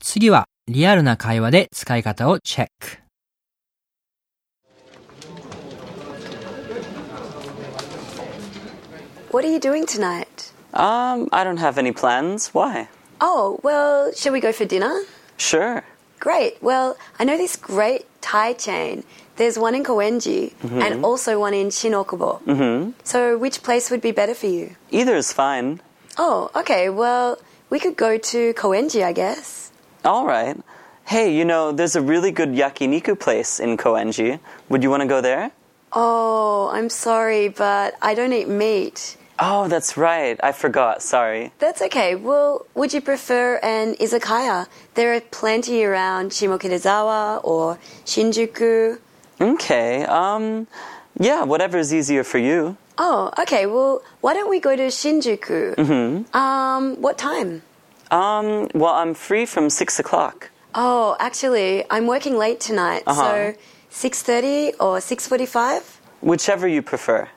次はリアルな会話で使い方をチェック。 What are you doing tonight? Um, I don't have any plans. Why? Oh, well, shall we go for dinner? Sure. Great. Well, I know this great Thai chain. There's one in Koenji and also one in Shinokubo. Mm-hmm. So, which place would be better for you? Either is fine. Oh, okay. Well, we could go to Koenji, I guess. All right. Hey, you know, there's a really good yakiniku place in Koenji. Would you want to go there? Oh, I'm sorry, but I don't eat meat. Oh, that's right. I forgot. Sorry. That's okay. Well, would you prefer an izakaya? There are plenty around Shimokitazawa or Shinjuku. Okay. Um, yeah, whatever's easier for you. Oh, okay. Well, why don't we go to Shinjuku? Mm-hmm. Um, what time? Um, well, I'm free from six o'clock. Oh, actually, I'm working late tonight, so 6:30 or 6:45? Whichever you prefer.